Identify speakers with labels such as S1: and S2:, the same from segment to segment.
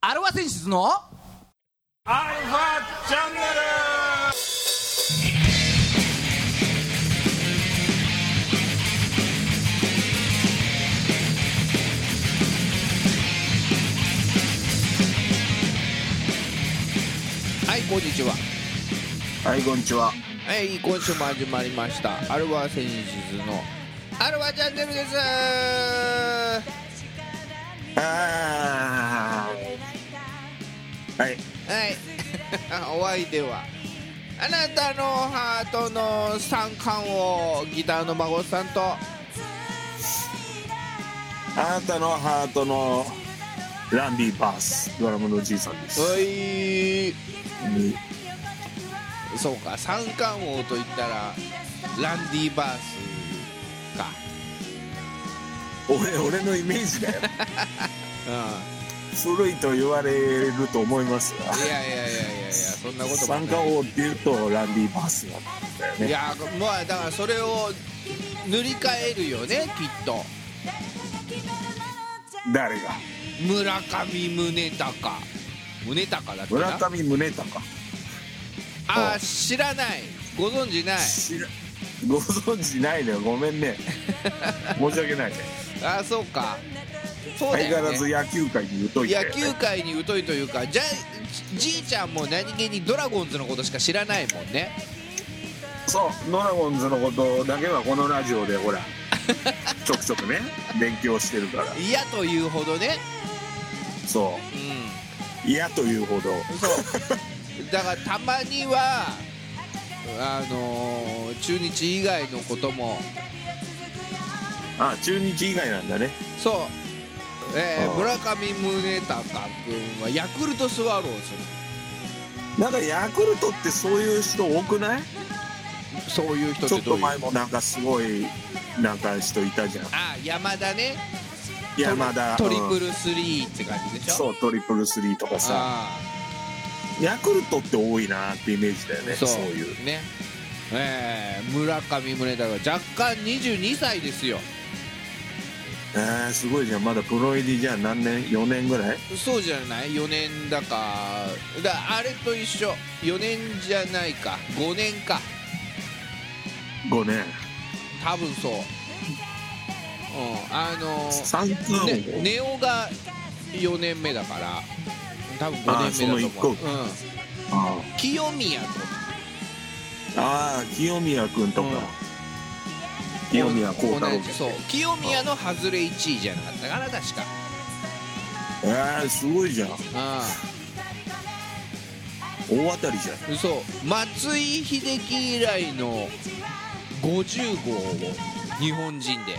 S1: アルファ選出の
S2: アルファチャンネル
S3: はいこんにちは
S4: はい、こんにちは。
S3: はい今週も始まりましたアルファセンシズのアルファチャンネルです
S4: あーは
S3: は
S4: い、
S3: い お相手はあなたのハートの三冠王ギターの孫さんと
S4: あなたのハートのランディ・バース、ドラムのおじいさんです。
S3: おい
S4: うん
S3: そうか三冠王といったらランディバースか
S4: 俺、俺のイメージ だよ。
S3: う
S4: 古いと言われると思いますが。
S3: んいやいやいやいやいやそんなこともない
S4: 三冠王っていうとランディ・バースなんだよ
S3: い
S4: ね。
S3: やまあだからそれを塗り替えるよねきっと
S4: 誰が
S3: 村上宗隆宗隆だっけ
S4: 村
S3: な
S4: 上宗隆。
S3: ああ知らないご存知ない
S4: 知らご存知ないのよ。ごめ んね。申し訳ないね。
S3: ああそうかそう
S4: 相
S3: だ
S4: 変わ
S3: よ、
S4: らず
S3: ね、
S4: 野球界に疎いんだ
S3: 野
S4: よね
S3: 球界に疎いというかじゃじいちゃんも何気にドラゴンズのことしか知らないもんね
S4: そうドラゴンズのことだけはこのラジオ でほらちょくちょくね勉強してるから
S3: 嫌というほどね
S4: そ
S3: うん
S4: う嫌というほど
S3: そう だからたまにはあのー中日以外のことも
S4: あ中日以外なんだね
S3: そう、えー
S4: あー
S3: 村上宗隆君はヤクルトスワロー
S4: なんかヤクルトってそういう人多くない
S3: ズそういう人っ
S4: ちょ
S3: て
S4: っ
S3: どうい
S4: と
S3: う
S4: 前もなんかすごいなんか人いたじゃん
S3: あ山田ね
S4: 山田
S3: トリトリプ
S4: ル、
S3: ルスリーって感じで
S4: うん
S3: しょ
S4: そうトリプルスリーとかさ
S3: あ
S4: ヤクルトって多いなってイメージだよ
S3: ー
S4: ね
S3: そ
S4: そうういう
S3: ねえー村上宗隆若干22歳ですよ
S4: えー、すごいじゃんまだプロ入りじゃん何年4年ぐらい
S3: そうじゃない4年だかだあれと一緒4年じゃないか5年か
S4: 5年
S3: 多分そう、うん、あのー
S4: 三冠
S3: ね
S4: 王、
S3: ネオが4年目だから多分
S4: あ
S3: 5
S4: ー
S3: 年目だと思う、うん、
S4: そあ
S3: 清宮と
S4: ああー清宮君とか、
S3: うん
S4: 清宮幸太郎
S3: 同じそう清宮の外れ1位じゃなかったかな確か
S4: えー、すごいじゃん大当たりじゃん
S3: うんそう松井秀喜以来の50号を日本人で、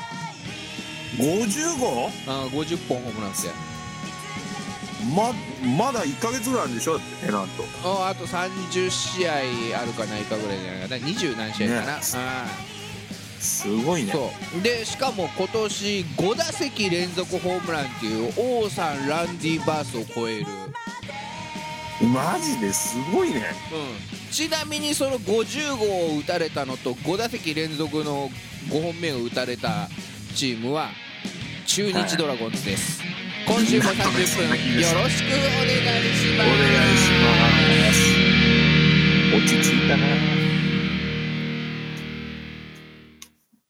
S4: 50号
S3: あー50本ホームランですよ
S4: ままだ1か月ぐらいあるんでしょだってペナント
S3: ああと30試合あるかないかぐらいじゃないかな20何試合かな、
S4: ね
S3: あ
S4: すごい
S3: ー
S4: ね
S3: そうでしかも今年5打席連続ホームランっていう王さんランディバースを超える
S4: マジですごいね
S3: ちなみにその50号を打たれたのと5打席連続の5本目を打たれたチームは中日ドラゴンズです、今週も30分よろしくお願いし
S4: お
S3: ま
S4: 願い
S3: す
S4: します落ち着いたな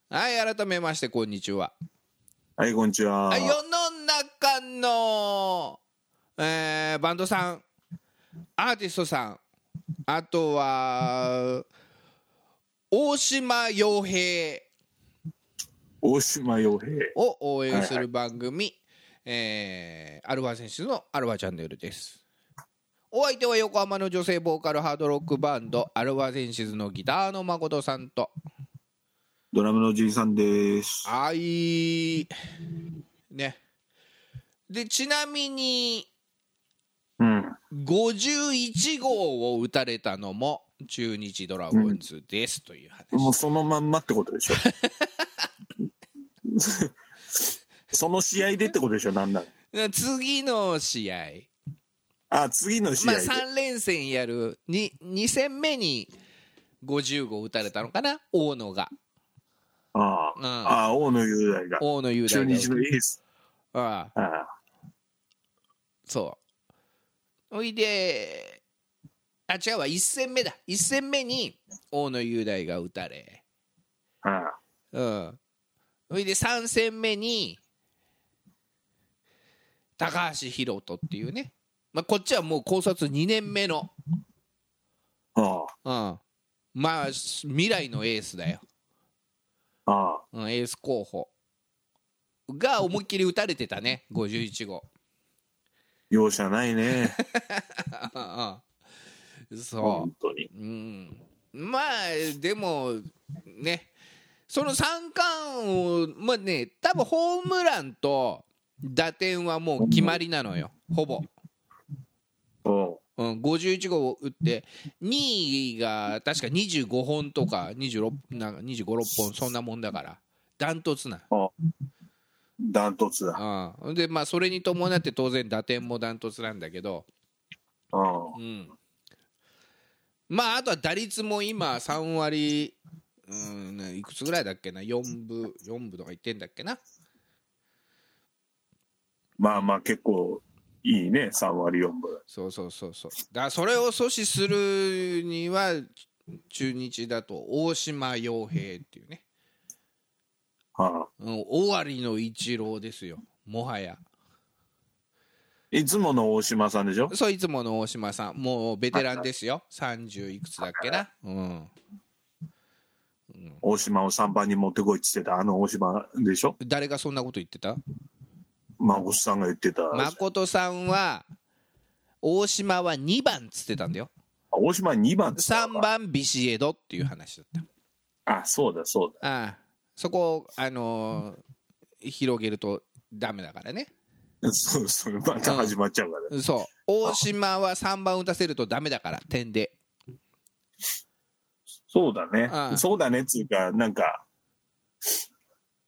S3: はい改めましてこんにちは
S4: はいこんにちは
S3: 世の中の、えーバンドさんアーティストさんあとは大島洋平
S4: 大島洋平
S3: を応援す
S4: はいは
S3: る番組、えーアルファ選手のアルファチャンネルですお相手は横浜の女性ボーカルハードロックバンドアルファセンシズのギターの誠さんと
S4: ドラムのおじいさんです
S3: あいねでちなみに
S4: うん
S3: 51号を打たれたのも中日ドラゴンズですという話、
S4: もうそのまんまってことでしょ その試合でってことでしょなんなら
S3: 次の試合
S4: あ次の試
S3: ま
S4: 合
S3: あ
S4: で、
S3: 3連戦やる 2, 2戦目に50号打たれたのかな大野が、
S4: あ
S3: うん、
S4: あああ大野雄大が
S3: 大野雄
S4: 中
S3: 大
S4: 日のエース
S3: がああ
S4: ああ
S3: そおいであ違うわ1戦目だ1戦目に大野雄大が打たれ
S4: うん
S3: うんおいで3戦目に高橋宏斗っていうね、まあ、こっちはもう高卒2年目の、
S4: あ
S3: うん、まあ未来のエースだよ、
S4: あああ
S3: うん、エース候補が思いっきり打たれてたね51号
S4: 容赦ないね
S3: そ
S4: 本当に
S3: う、うん、まあでもねその三冠をまあね多分ホームランと打点はもう決まりなのよほぼ、
S4: うん
S3: うん、51号を打って2位が確か25本とか26なんか25、6本そんなもんだからダントツな
S4: ダントツだ
S3: うん、でまあそれに伴って当然打点もダントツなんだけど、
S4: うん
S3: うん、まああとは打率も今3割、うん、いくつぐらいだっけな4分4分とかいってんだっけな
S4: まあまあ結構いいね3割4分
S3: そうそうそうそうだからそれを阻止するには中日だと大島洋平っていうね、
S4: ああ
S3: うん、終わりの一郎ですよもはや
S4: いつもの大島さんでしょ
S3: そういつもの大島さんもうベテランですよ30いくつだっけなうん
S4: 大島を3番に持ってこいっつってたあの大島でしょ
S3: 誰がそんなこと言ってた
S4: 孫さんが言ってた、
S3: 誠さんは大島は2番っつってたんだよ
S4: 大島2番っつった
S3: 3
S4: のか
S3: 番ビシエドっていう話だっ
S4: あそうだそうだ
S3: たああそこを、あのー広げるとダメだからね
S4: そうそうまた始まっちゃうから、
S3: そう大島は3番打たせるとダメだから点で
S4: そうだね、
S3: うん
S4: そうだねっつうかなんか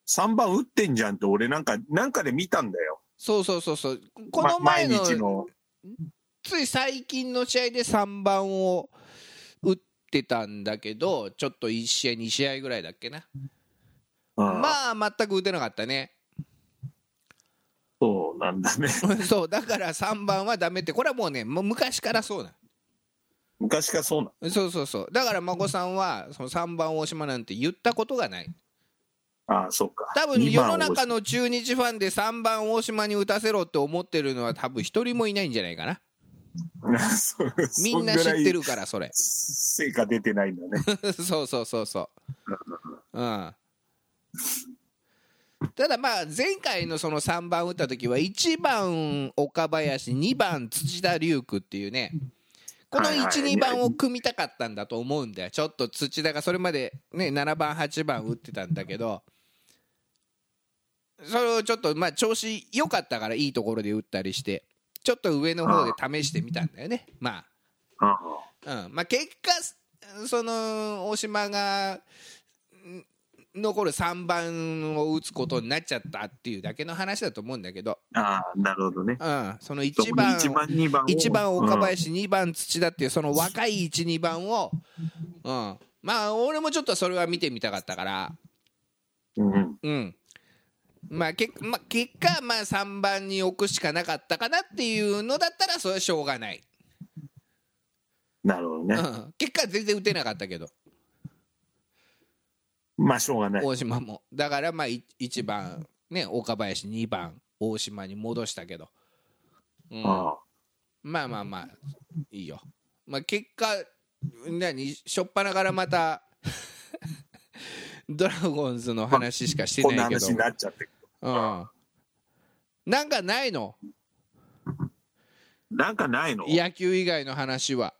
S4: 3番打ってんじゃんって俺なんかなんかで見たんだよ
S3: そうそうそうそうこの
S4: ま
S3: 前の,、
S4: 毎日の
S3: つい最近の試合で3番を打ってたんだけどちょっと1試合2試合ぐらいだっけな
S4: う
S3: ま
S4: ん
S3: あ全く打てなかったね
S4: そうなんだね
S3: そうだから3番はダメってこれはもうねもう昔からそうな
S4: 昔からそうな
S3: のそうそうそうだから孫さんはその3番大島なんて言ったことがない
S4: ああそうか
S3: 多分世の
S4: 二番大島
S3: 中の中日ファンで3番大島に打たせろって思ってるのは多分一人もいないんじゃないかな
S4: そう
S3: みんな知って るからそれ
S4: そんぐらい成果出てないんだね
S3: そうそうそうそううんただまあ前回のその3番打った時は1番岡林2番土田龍空っていうねこの
S4: はいはい
S3: 12番を組みたかったんだと思うんだよちょっと土田がそれまでね7番8番打ってたんだけどそれをちょっとまあ調子良かったからいいところで打ったりしてちょっと上の方で試してみたんだよねまあ
S4: あ
S3: うんまあ、結果その大島がん残る3番を打つことになっちゃったっていうだけの話だと思うんだけど、
S4: あなるほどね
S3: うん、その
S4: 一
S3: 1番
S4: 一番二番を
S3: 一番岡林、2番土田っていうその若い12番を、うん、まあ俺もちょっとそれは見てみたかったから、
S4: うんうん
S3: うんまあ結まあ、結果、まあ、3番に置くしかなかったかなっていうのだったらそれはしょうがない、
S4: なるほど
S3: う
S4: ね、
S3: ん、結果全然打てなかったけど。
S4: まあしょうがない
S3: 大島もだからまあ1番ね岡林2番大島に戻したけど、うん、
S4: あ
S3: まあまあまあいいよ、まあ、結果何しょっぱなからまた ドラゴンズの話しかして
S4: こんな
S3: ないけど
S4: 話になっちゃって
S3: うん、なんかないの
S4: なんかないの
S3: 野球以外の話は、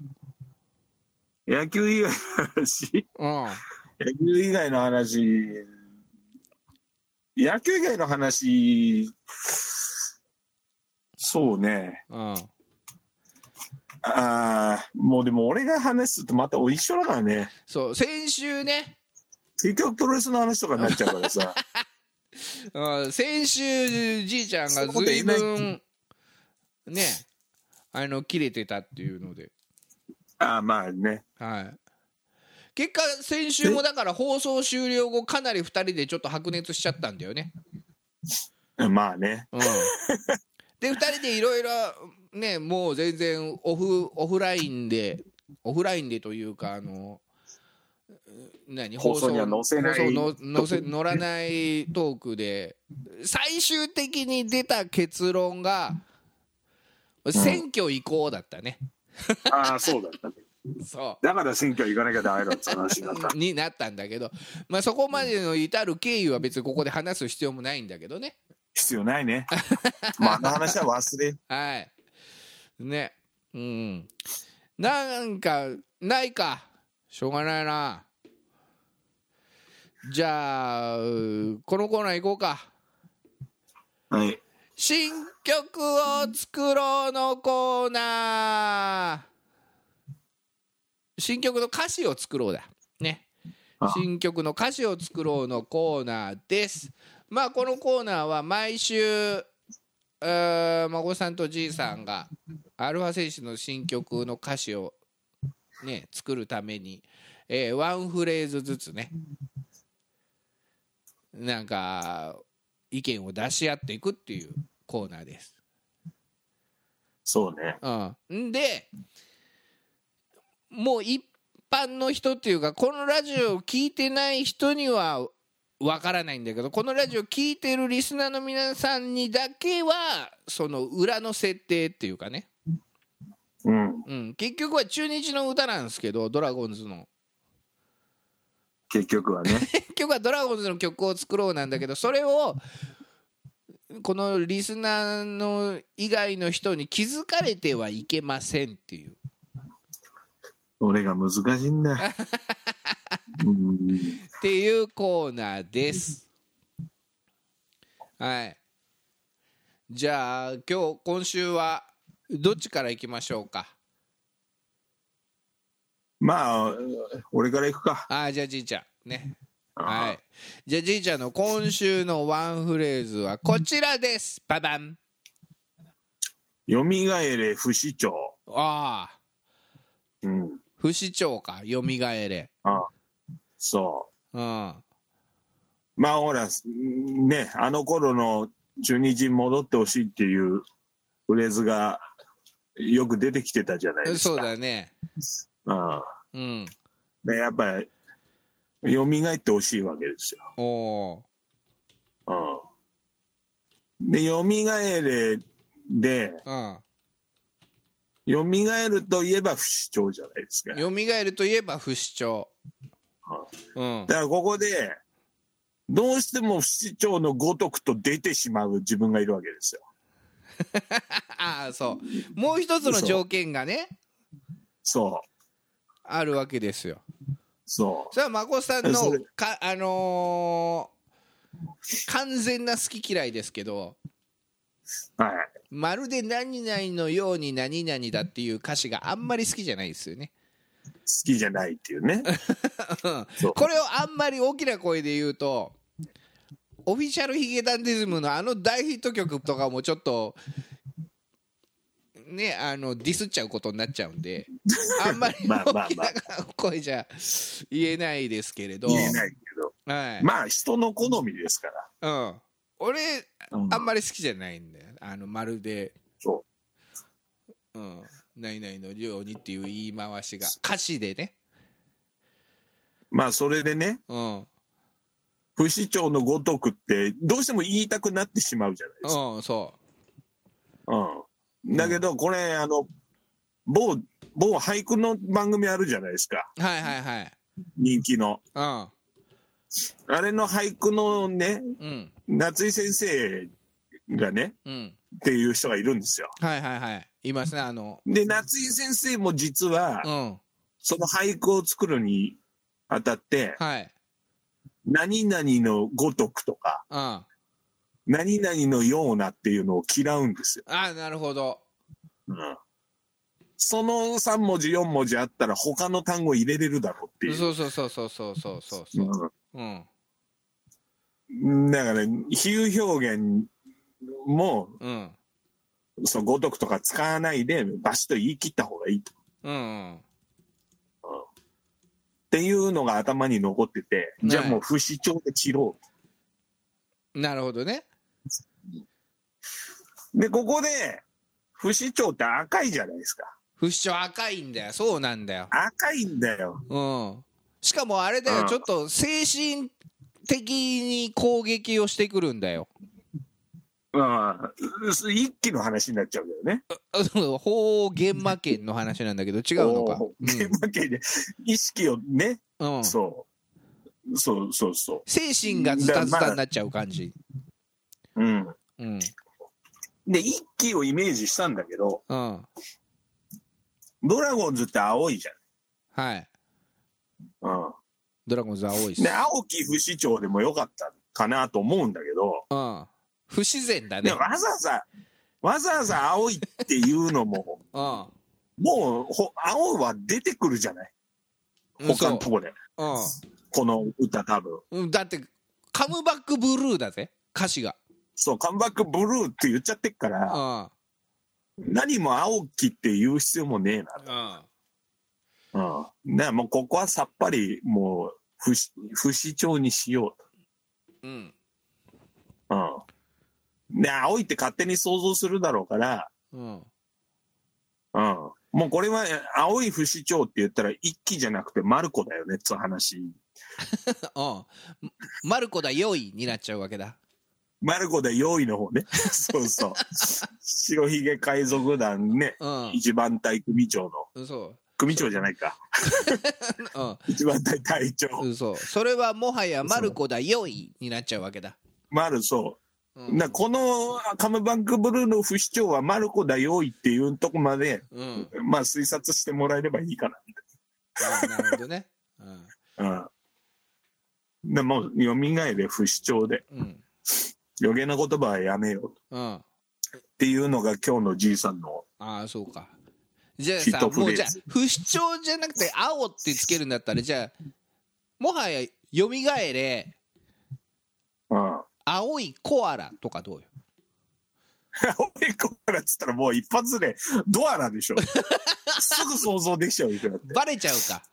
S4: 野球以外の話
S3: うん、
S4: 野球以外の話野球以外の話そうね
S3: うん、
S4: ああもうでも俺が話すとまた一緒だからね
S3: そう先週ね、
S4: 結局プロレスの話とかになっちゃうから さ
S3: うん、先週じいちゃんが
S4: そんなこと
S3: ずい
S4: 言えない
S3: ぶんねあの切れてたっていうので
S4: ああまあね
S3: はい、結果、先週もだから放送終了後、かなり2人でちょっと白熱しちゃったんだよね。
S4: まあね
S3: うん、で2人でいろいろねもう全然オフオフラインでオフラインでというかあのうん何
S4: 放送には載せない
S3: 放送の載せ乗らないトークで最終的に出た結論が選挙行こうだったね、
S4: ああそうだったね
S3: そう
S4: だから選挙行かなきゃダメだって話になった
S3: になったんだけど、まあ、そこまでの至る経緯は別にここで話す必要もないんだけどね。
S4: 必要ない ねまああの話は忘れ
S3: はい。ね。うん。なんか、ないか。しょうがないな。じゃあ、うーこのコーナー行こうか。
S4: はい
S3: 新曲を作ろうのコーナー。新曲の歌詞を作ろうだ。ね。
S4: あ
S3: 新曲の歌詞を作ろうのコーナーです。まあこのコーナーは毎週うー孫さんとじいさんがアルファ選手の新曲の歌詞をね作るために、えーワンフレーズずつねなんか意見を出し合っていくっていうコーナーです。
S4: そうね
S3: うん、んでもう一般の人っていうかこのラジオを聞いてない人にはわからないんだけどこのラジオ聞いてるリスナーの皆さんにだけはその裏の設定っていうかね、
S4: うん
S3: うん、結局は中日の歌なんですけどドラゴンズの
S4: 結局はね
S3: 結局はドラゴンズの曲を作ろうなんだけどそれをこのリスナーの以外の人に気づかれてはいけませんっていう
S4: 俺が難しいんだ ようん
S3: っていうコーナーです。はい。じゃあ今日今週はどっちから行きましょうか。
S4: まあ俺から行くか
S3: あーじゃあじいちゃんね。はい。じゃあじいちゃんの今週のワンフレーズはこちらです。ババン。
S4: よみがえれ不死鳥
S3: ああ、
S4: うん
S3: 不死鳥か。よみがえれ。
S4: そう
S3: うん。
S4: まあほら、んね、あの頃の中日に戻ってほしいっていうフレーズがよく出てきてたじゃないです
S3: そ
S4: か。
S3: うだね。
S4: うん
S3: うん。
S4: でやっぱり、よみがえってほしいわけですよ。
S3: おお
S4: うん、で、よみがえれで、
S3: ー。
S4: よみがえるといえば不死鳥じゃないですか。
S3: うん。よみがえるといえば不死鳥。うん。
S4: だからここで、どうしても不死鳥のごとくと出てしまう自分がいるわけですよ。
S3: ああそうもう一つの条件がね
S4: そう、
S3: あるわけですよ
S4: そ
S3: それは孫さん
S4: そ
S3: の
S4: れ
S3: かあのー完全な好き嫌いですけど
S4: う。はい。
S3: まるで何々のように何々だっていう歌詞があんまり好きじゃないですよね
S4: 好きじゃないっていう ね。そう
S3: これをあんまり大きな声で言うとオフィシャルヒゲダンディズムのあの大ヒット曲とかもちょっとねあのディスっちゃうことになっちゃうんであんまり
S4: まあま
S3: 大
S4: あ
S3: き
S4: ま
S3: な
S4: あ
S3: 声じゃ言えないですけれど
S4: 言えないけど、
S3: はい
S4: まあ人の好みですから、
S3: うん、俺
S4: うん
S3: あんまり好きじゃないんだよあのまるで、
S4: そう
S3: ん、何々のようにっていう言い回しが歌詞でね、
S4: まあそれでね
S3: うん
S4: 不死鳥のごとくってどうしても言いたくなってしまうじゃないですか、
S3: うん、そ
S4: うん、だけどこれあの某某俳句の番組あるじゃないですか
S3: うはいはいはい
S4: 人気の
S3: うん
S4: あれの俳句のね
S3: うん
S4: 夏井先生がね
S3: うん
S4: っていう人がいるんですよ
S3: はいはいはいいますねあの
S4: で夏井先生も実は
S3: うん
S4: その俳句を作るにあたって
S3: はい
S4: 何々のごとくとか
S3: うんあ
S4: 何々のようなっていうのを嫌うんですよ。
S3: あなるほど
S4: その3文字4文字あったら他の単語入れれるだろうっていう。
S3: そうそうそうそうそうそうそうそううん
S4: うん、だから、比喩表現も、
S3: うん
S4: そう、語読とか使わないで、バシッと言い切った方がいいと。っ
S3: うん
S4: ていうのが頭に残ってて、じゃあ
S3: はい
S4: もう不死鳥で切ろ
S3: なるほどね
S4: う。で、ここで、不死鳥って赤いじゃないですか。
S3: 不死鳥赤いんだよそうなんだよ
S4: 赤いんだよ。
S3: うんしかもあれだよ、
S4: うん
S3: ちょっと精神的に攻撃をしてくるんだよ
S4: まあ、一気の話になっちゃうけどね。
S3: あそう法玄馬県の話なんだけど違うのか
S4: おー現場系で、意識をね、
S3: うんうん
S4: そう。そうそうそ
S3: 精神がズタズタになっちゃう感じ
S4: う。うん。
S3: うん
S4: で、一気をイメージしたんだけど、
S3: うん
S4: ドラゴンズって青いじ
S3: はい
S4: ゃん。う
S3: ドラゴンズは多いっ
S4: ん。
S3: す
S4: で、青木不死鳥でもよかったかなと思うんだけど、
S3: うん不自然だね
S4: でわざわざ、わざわざ青いっていうのも、
S3: うん
S4: もうほ、青は出てくるじゃない。
S3: うん
S4: 他のとこで。
S3: そう
S4: この歌多分。
S3: うんうんだってカムバックブルーだぜ歌詞が
S4: そう、カムバックブルーって言っちゃってっか
S3: う
S4: ら、
S3: ん
S4: 何も青木って言う必要もねえな。
S3: うん
S4: うん。ね、もうここはさっぱり、もう不死、不死鳥にしよ
S3: うん
S4: う。うん。ね、青いって勝手に想像するだろうから、
S3: うん
S4: うん。もうこれは、え青い不死鳥って言ったら、一気じゃなくてマルコだよね、つう話。
S3: うんマルコだよいになっちゃうわけだ
S4: マルコで用意の 方ね。そうそう。白ひげ海賊団ね、
S3: う
S4: 一番隊組長の、
S3: んそ
S4: 組長じゃないか。
S3: ううん
S4: 一番隊隊長。
S3: そうそれはもはやマルコだよいになっちゃうわけだ、
S4: マル、そう。
S3: うん
S4: なこのカムバンクブルーの不死鳥はマルコだよいっていうとこまで、
S3: うん、
S4: まあ推察してもらえればいいか
S3: あなるほどねうん
S4: な。うん。でもう、蘇れ不死鳥で、
S3: うん
S4: 余計な言葉はやめよう
S3: うんあ
S4: っていうのが今日のじいさんの、
S3: あそうかじゃあ
S4: ヒッ
S3: さ
S4: トフ
S3: も
S4: レーズ
S3: うじゃあ不死鳥じゃなくて青ってつけるんだったらじゃあもはやよみがえれ
S4: うん。 青
S3: 青いコアラとかどうよ
S4: いコアラっつったらもう一発でドアラ でしょ。すぐ想像できちゃうよだって。
S3: バレちゃうか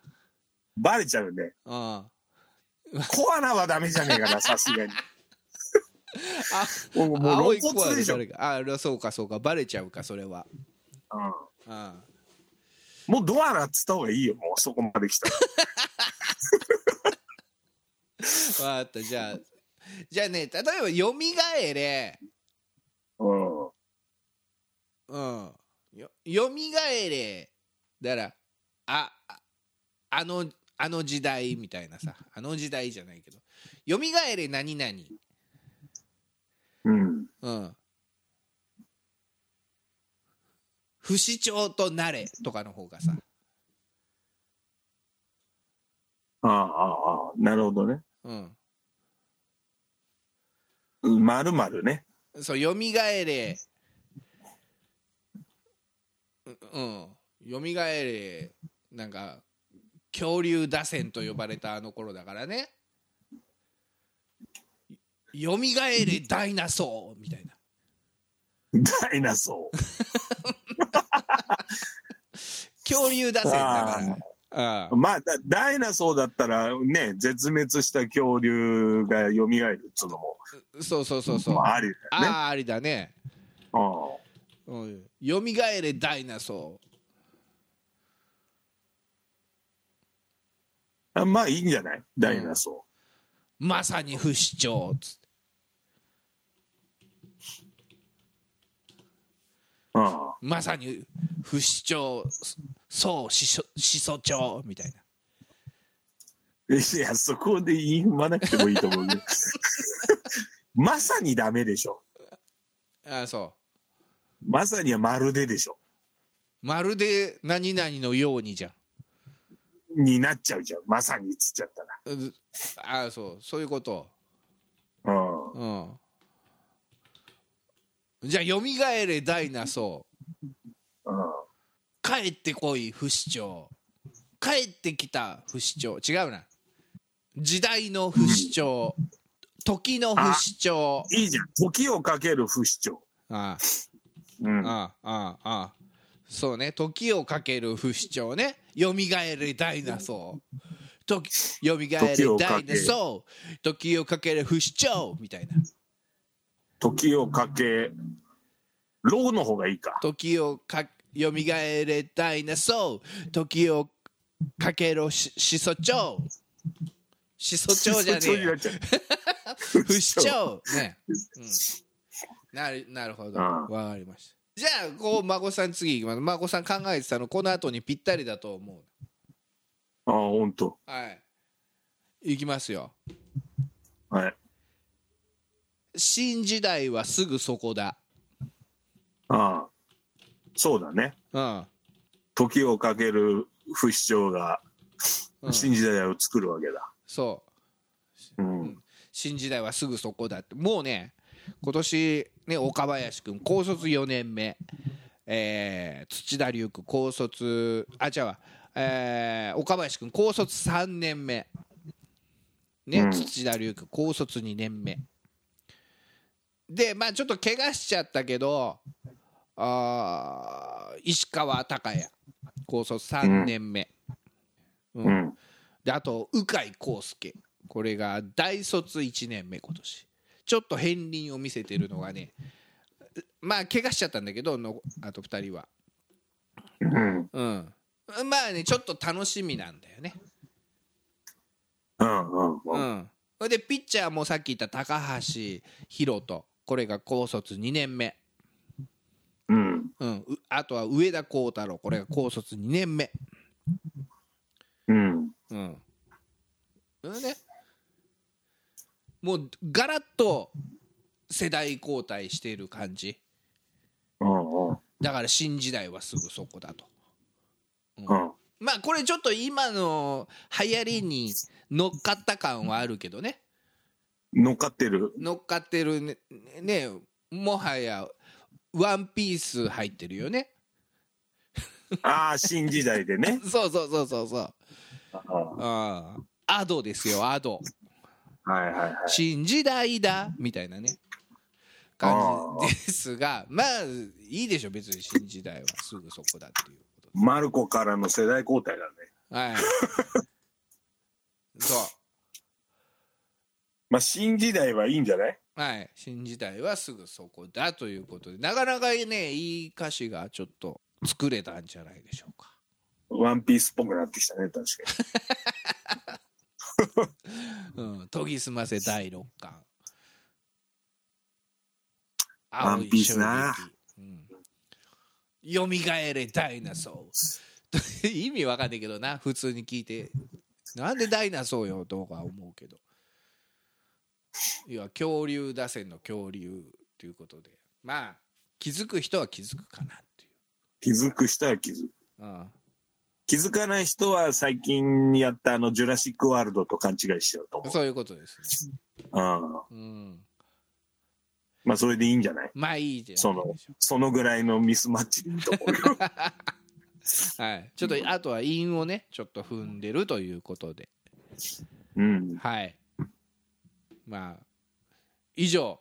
S4: バレちゃうね。
S3: うんあ
S4: コアラはダメじゃねえかな、さすがに。 もうも
S3: 青
S4: う
S3: い
S4: 露
S3: コア
S4: 骨
S3: ラ
S4: でしょ。う
S3: 誰かあそうかそうかバレちゃうかそれは
S4: ん。
S3: うん
S4: もうドアラっつった方がいいよ、もうそこまで来たら。
S3: わかったじゃあじゃあね例えばよみがえれ
S4: うん。
S3: うんよよみがえれだからあああのあの時代みたいなさあの時代じゃないけどよみがえれ何々
S4: うん。
S3: うん不死鳥となれとかの方がさ
S4: ああ、ああ、なるほどね。
S3: うん
S4: まるまるね。
S3: そうよみがえれううんよみがえれなんか恐竜打線と呼ばれたあの頃だからねよみがえれダイナソーみたいな
S4: ダイナソ
S3: 恐竜打線だから
S4: ー。まあ、だダイナソーだったらね、絶滅した恐竜が蘇るっつうのも、
S3: うんそうそうそうそう
S4: まあ、
S3: あ
S4: ありだよね。
S3: あありだね
S4: う
S3: うんよみがえれダイナソ
S4: んあまあ、いいんじゃないダイナソ
S3: ーまさに不死鳥つって
S4: ー。うん。
S3: まさに不死鳥そうしそしそ鳥みたいない
S4: や、そこで言わなくてもいいと思うね。まさにダメでしょ。
S3: ああそ
S4: まさにはまるででしょ。
S3: うまるで何々のようにじゃん
S4: になっちゃうじゃん。まさにっつっちゃった
S3: うああそうそういうこと
S4: ら。うん。
S3: うんじゃあよみがえれダイナソー
S4: うん。
S3: 帰ってこい不死鳥帰ってきた不死鳥違うな時代の不死鳥時の不死鳥
S4: いいじゃん。時をかける不死鳥。
S3: あ
S4: うん。
S3: ああああああそうね時をかける不死鳥ねよみがえれダイナソー時よみがえれ
S4: 時を
S3: ダ
S4: か
S3: イ
S4: け
S3: ナソー時をかける不死鳥みたいな
S4: 時をかけローの方がいいか。
S3: 時をか蘇れたいなそう時をかけろししそ長しそ長じゃね
S4: そう
S3: え
S4: に
S3: よ
S4: なっちゃう
S3: 不死鳥 ね、うん、なるなるほど
S4: あ
S3: わかりましたじゃあこう孫さん次いきます孫さん考えてたのこの後にぴったりだと思
S4: ああ、ほんと。
S3: うはいいきますよ
S4: はい。
S3: 新時代はすぐそこだ
S4: ああ。そうだね。
S3: うん、
S4: 時をかける不死鳥が
S3: うん、
S4: 新時代を作るわけだ。
S3: そう
S4: うん。
S3: 新時代はすぐそこだってもうね今年ね岡林君高卒4年目、えー土田龍君高卒あ違うわ、えー岡林君高卒3年目ね、
S4: うん
S3: 土田龍君高卒2年目でまあちょっと怪我しちゃったけどあー石川昂也高卒3年目、
S4: う。
S3: うんであと鵜飼康介これが大卒1年目今年ちょっと片鱗を見せてるのがねまあ怪我しちゃったんだけどのあと2人は
S4: うん。
S3: うんまあねちょっと楽しみなんだよね
S4: うん。うん。う。
S3: うんんそれでピッチャーもさっき言った高橋宏斗これが高卒2年目
S4: うん。
S3: うんうあとは上田幸太郎これが高卒2年目
S4: うん。
S3: うん。それでね、もうガラッと世代交代している感じ。
S4: うん。うん。
S3: だから新時代はすぐそこだと。
S4: うん。
S3: まあこれちょっと今の流行りに乗っかった感はあるけどね。
S4: 乗っかってる。
S3: 乗っかってるね、ねもはやワンピース入ってるよね。。
S4: ああ、新時代でね
S3: そうそうそうそうそう。
S4: ああ
S3: あアドですよ、アド。
S4: はいはいはい。
S3: 新時代だみたいなね感じですがまあいいでしょ別に新時代はすぐそこだっていうことで
S4: マルコからの世代交代だね。
S3: はいそ
S4: まあ、新時代はいいんじゃないう
S3: はい新時代はすぐそこだということでなかなかねいい歌詞がちょっと作れたんじゃないでしょうか
S4: ワンピースっぽくなってきたね、確か
S3: うん、研ぎ澄ませ第六巻。
S4: ワンピースな
S3: 青い衝撃。うん。蘇れダイナソー。 意味わかんないけどな、普通に聞いて。なんでダイナソーよとか思うけど。いや、恐竜打線の恐竜ということで。まあ、気づく人は気づくかなってい
S4: に。気づく人は気づく。
S3: う。うん。
S4: 気づかない人は最近やったあの、ジュラシックワールドと勘違いしちゃうと思う。
S3: そういうことですね。
S4: うん。
S3: うん。
S4: まあ、それでいいんじゃない
S3: まあいいじゃん。
S4: その、そのぐらいのミスマッチでいいと思う よ。
S3: はい、ちょっとあとは韻をねちょっと踏んでるということで
S4: うん。
S3: はいまあ以上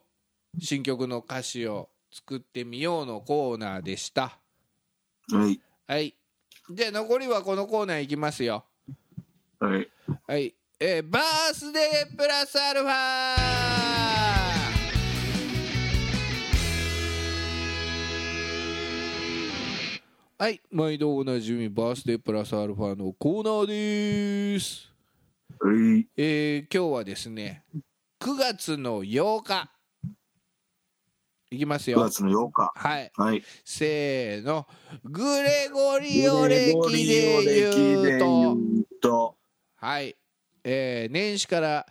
S3: 新曲の歌詞を作ってみようのコーナーでした
S4: はい。
S3: はいで残りはこのコーナーいきますよ
S4: はい。
S3: はいえーバースデープラスアルファはい毎度おなじみバースデープラスアルファのコーナーです
S4: はい。
S3: えー今日はですね9月の8日いきます
S4: 9
S3: よ
S4: 月の8日。
S3: はい
S4: はい。
S3: せーのグレゴリオ歴で
S4: ゴリオ
S3: 言
S4: 歴
S3: う
S4: で言
S3: と
S4: うと。
S3: はい、えー年始から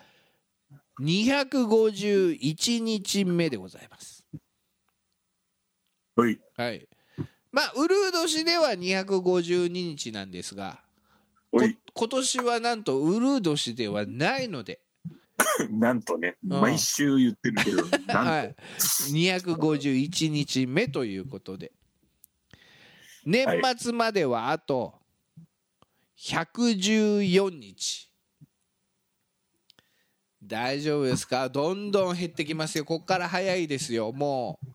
S3: 251日目でございます
S4: はい。
S3: はいまあウルー年では252日なんですがこ
S4: はい。
S3: 今年はなんとウルー年ではないので
S4: なんとね、
S3: うん
S4: 毎週言ってる けど、な
S3: は
S4: んと。
S3: い、251日目ということで年末まではあと114日、大丈夫ですかどんどん減ってきますよこっから早いですよもう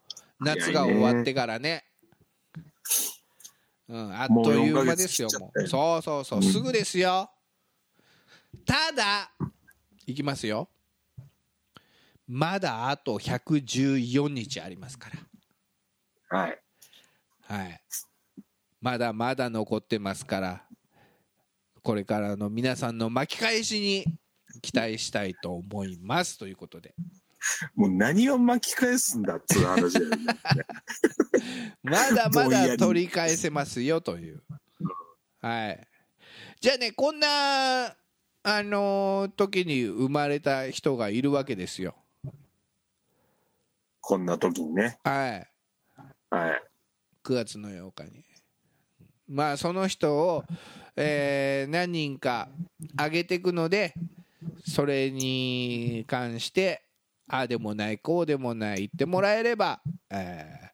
S3: 夏が終わってからねうん、あっという間ですよも
S4: もう
S3: う
S4: 4ヶ月切っち
S3: そうそうそう、すぐですよただいきますよまだあと114日ありますから
S4: はい。
S3: はい、まだまだ残ってますからこれからの皆さんの巻き返しに期待したいと思いますということで
S4: もう何を巻き返すんだっつう話 だよね。
S3: まだま
S4: ぼんや
S3: だ
S4: り
S3: 取り返せますよというはいじゃあねこんなあのー時に生まれた人がいるわけですよ
S4: こんな時にね。
S3: はい
S4: はい。
S3: 9月の8日にまあその人を、えー何人か挙げていくのでそれに関してああでもないこうでもない言ってもらえれば、えー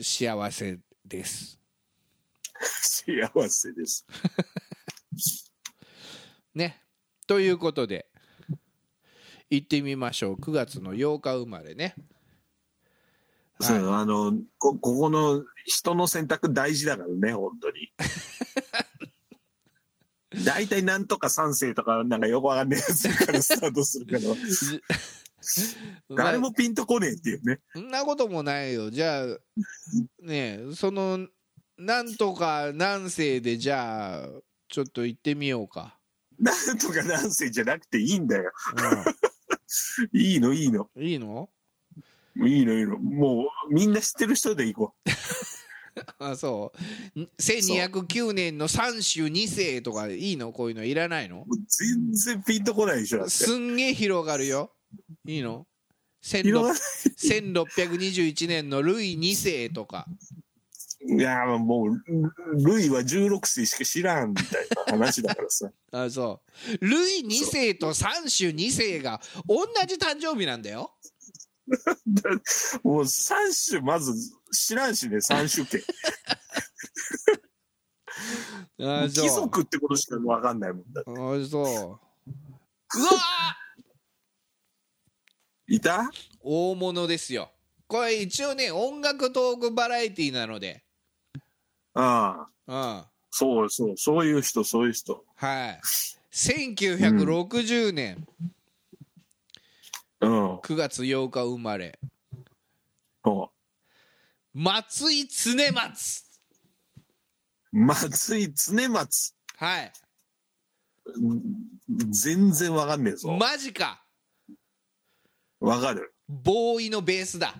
S3: 幸せです
S4: 幸せです。
S3: ねということで行ってみましょう9月の8日生まれねはい
S4: そうあのこ、ここの人の選択大事だからね、本当に。大体なんとか三世とか、なんかよくわかんないやつからスタートするけど、 誰もピンとこねえっていうね。
S3: そんなこともないよ。じゃあ、ねえ、その、なんとか何世で、じゃあ、ちょっと行ってみようか。
S4: なんとか何世じゃなくていいんだよ。
S3: う
S4: いいの、いいの。
S3: んいいの
S4: いいの、いいの。もう、みんな知ってる人で行こ
S3: あ、そう。ん1209年の三州二世とかいいのこういうのいらないの
S4: う。もう全然ピンとこないでしょ、だって。
S3: すんげえ広がるよ。いいの
S4: 広が
S3: 16 1621年のルイ2世とか。
S4: いやーもう、ルイは16世しか知らんみたいな話だからさ。
S3: あそうルイ2世と三州2世が同じ誕生日なんだよ。
S4: もう三種まず知らんしね、三種家。
S3: あそう
S4: 貴族ってことしかわかんないもんだ。
S3: あそう。うわ
S4: い
S3: ー
S4: た
S3: 大物ですよ。これ一応ね、音楽トークバラエティなので。
S4: あ
S3: う
S4: あ。
S3: ん。は
S4: そうそう、そういう人、そういう人。
S3: い。1960年
S4: うん。
S3: 9月8日生まれ。
S4: そ
S3: 松井常松。
S4: う松井常松。
S3: はい。
S4: 全然わかんねえぞ。
S3: マジか。
S4: わかる。
S3: ボーイのベースだ。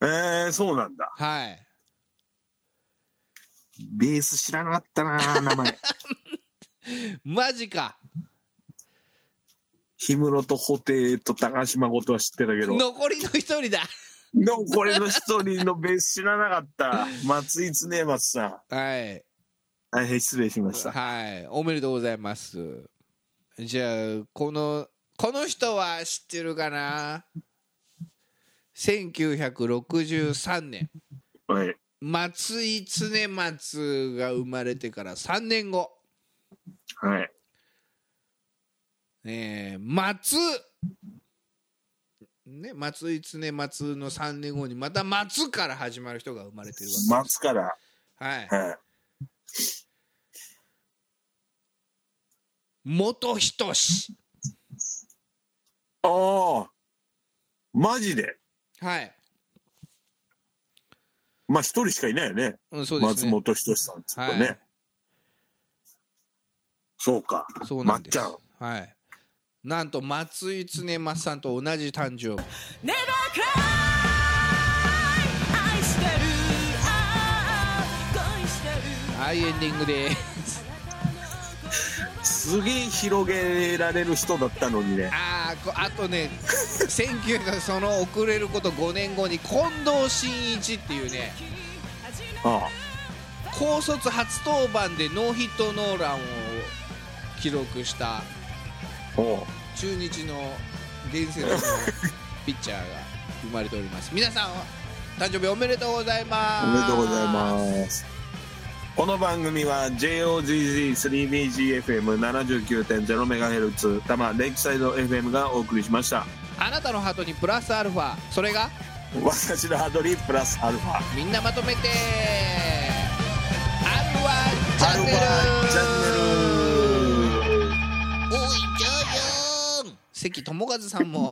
S4: えー、そうなんだ。
S3: はい。
S4: ベース知らなかったな、名前。
S3: マジか。
S4: 氷室と布袋と高島誠は知ってたけど。
S3: 残りの一人だ。
S4: のこれの一人のベース知らなかった。松井常松さん。
S3: はい。
S4: 大変失礼し ました。
S3: はい。おめでとうございます。じゃあ、この、この人は知ってるかな ?1963 年、
S4: はい。
S3: 松井常松が生まれてから3年後、
S4: はい。
S3: えー松、ね、松井常松の3年後にまた松から始まる人が生まれてるわけです。
S4: 松から、
S3: はい。
S4: はい、
S3: 元仁志。
S4: ああマジで
S3: はい。
S4: まあ一人しかいないよね
S3: うん、そうです
S4: 松
S3: ね。
S4: 本人志さんっつってね、
S3: はい
S4: そうか
S3: そうなんです。
S4: まっ
S3: はい。なんと松井常松さんと同じ誕生日。
S1: Never cry 愛してるああ恋してる
S3: はい、エンディングです。
S4: すげえ広げられる人だったのにね
S3: ああ、こあとね、1900その遅れること5年後に近藤真一っていうね、
S4: あ
S3: 高卒初登板でノーヒットノーランを記録した
S4: あおう
S3: 中日の伝説のピッチャーが生まれております。皆さん、誕生日おめでとうございます。
S4: おめでとうございますこの番組は JOGG3BGFM79.0MHz 多摩レイクサイド FM がお送りしました
S3: あなたのハートにプラスアルファ、それが
S4: 私のハードリープラスアルファ
S3: みんなまとめてアルワチ
S4: ア
S3: ャ
S4: ル
S3: ンネ
S4: フ
S3: ル
S4: ァチャンネ
S3: お
S4: ル
S3: いジョジョン関智和さんも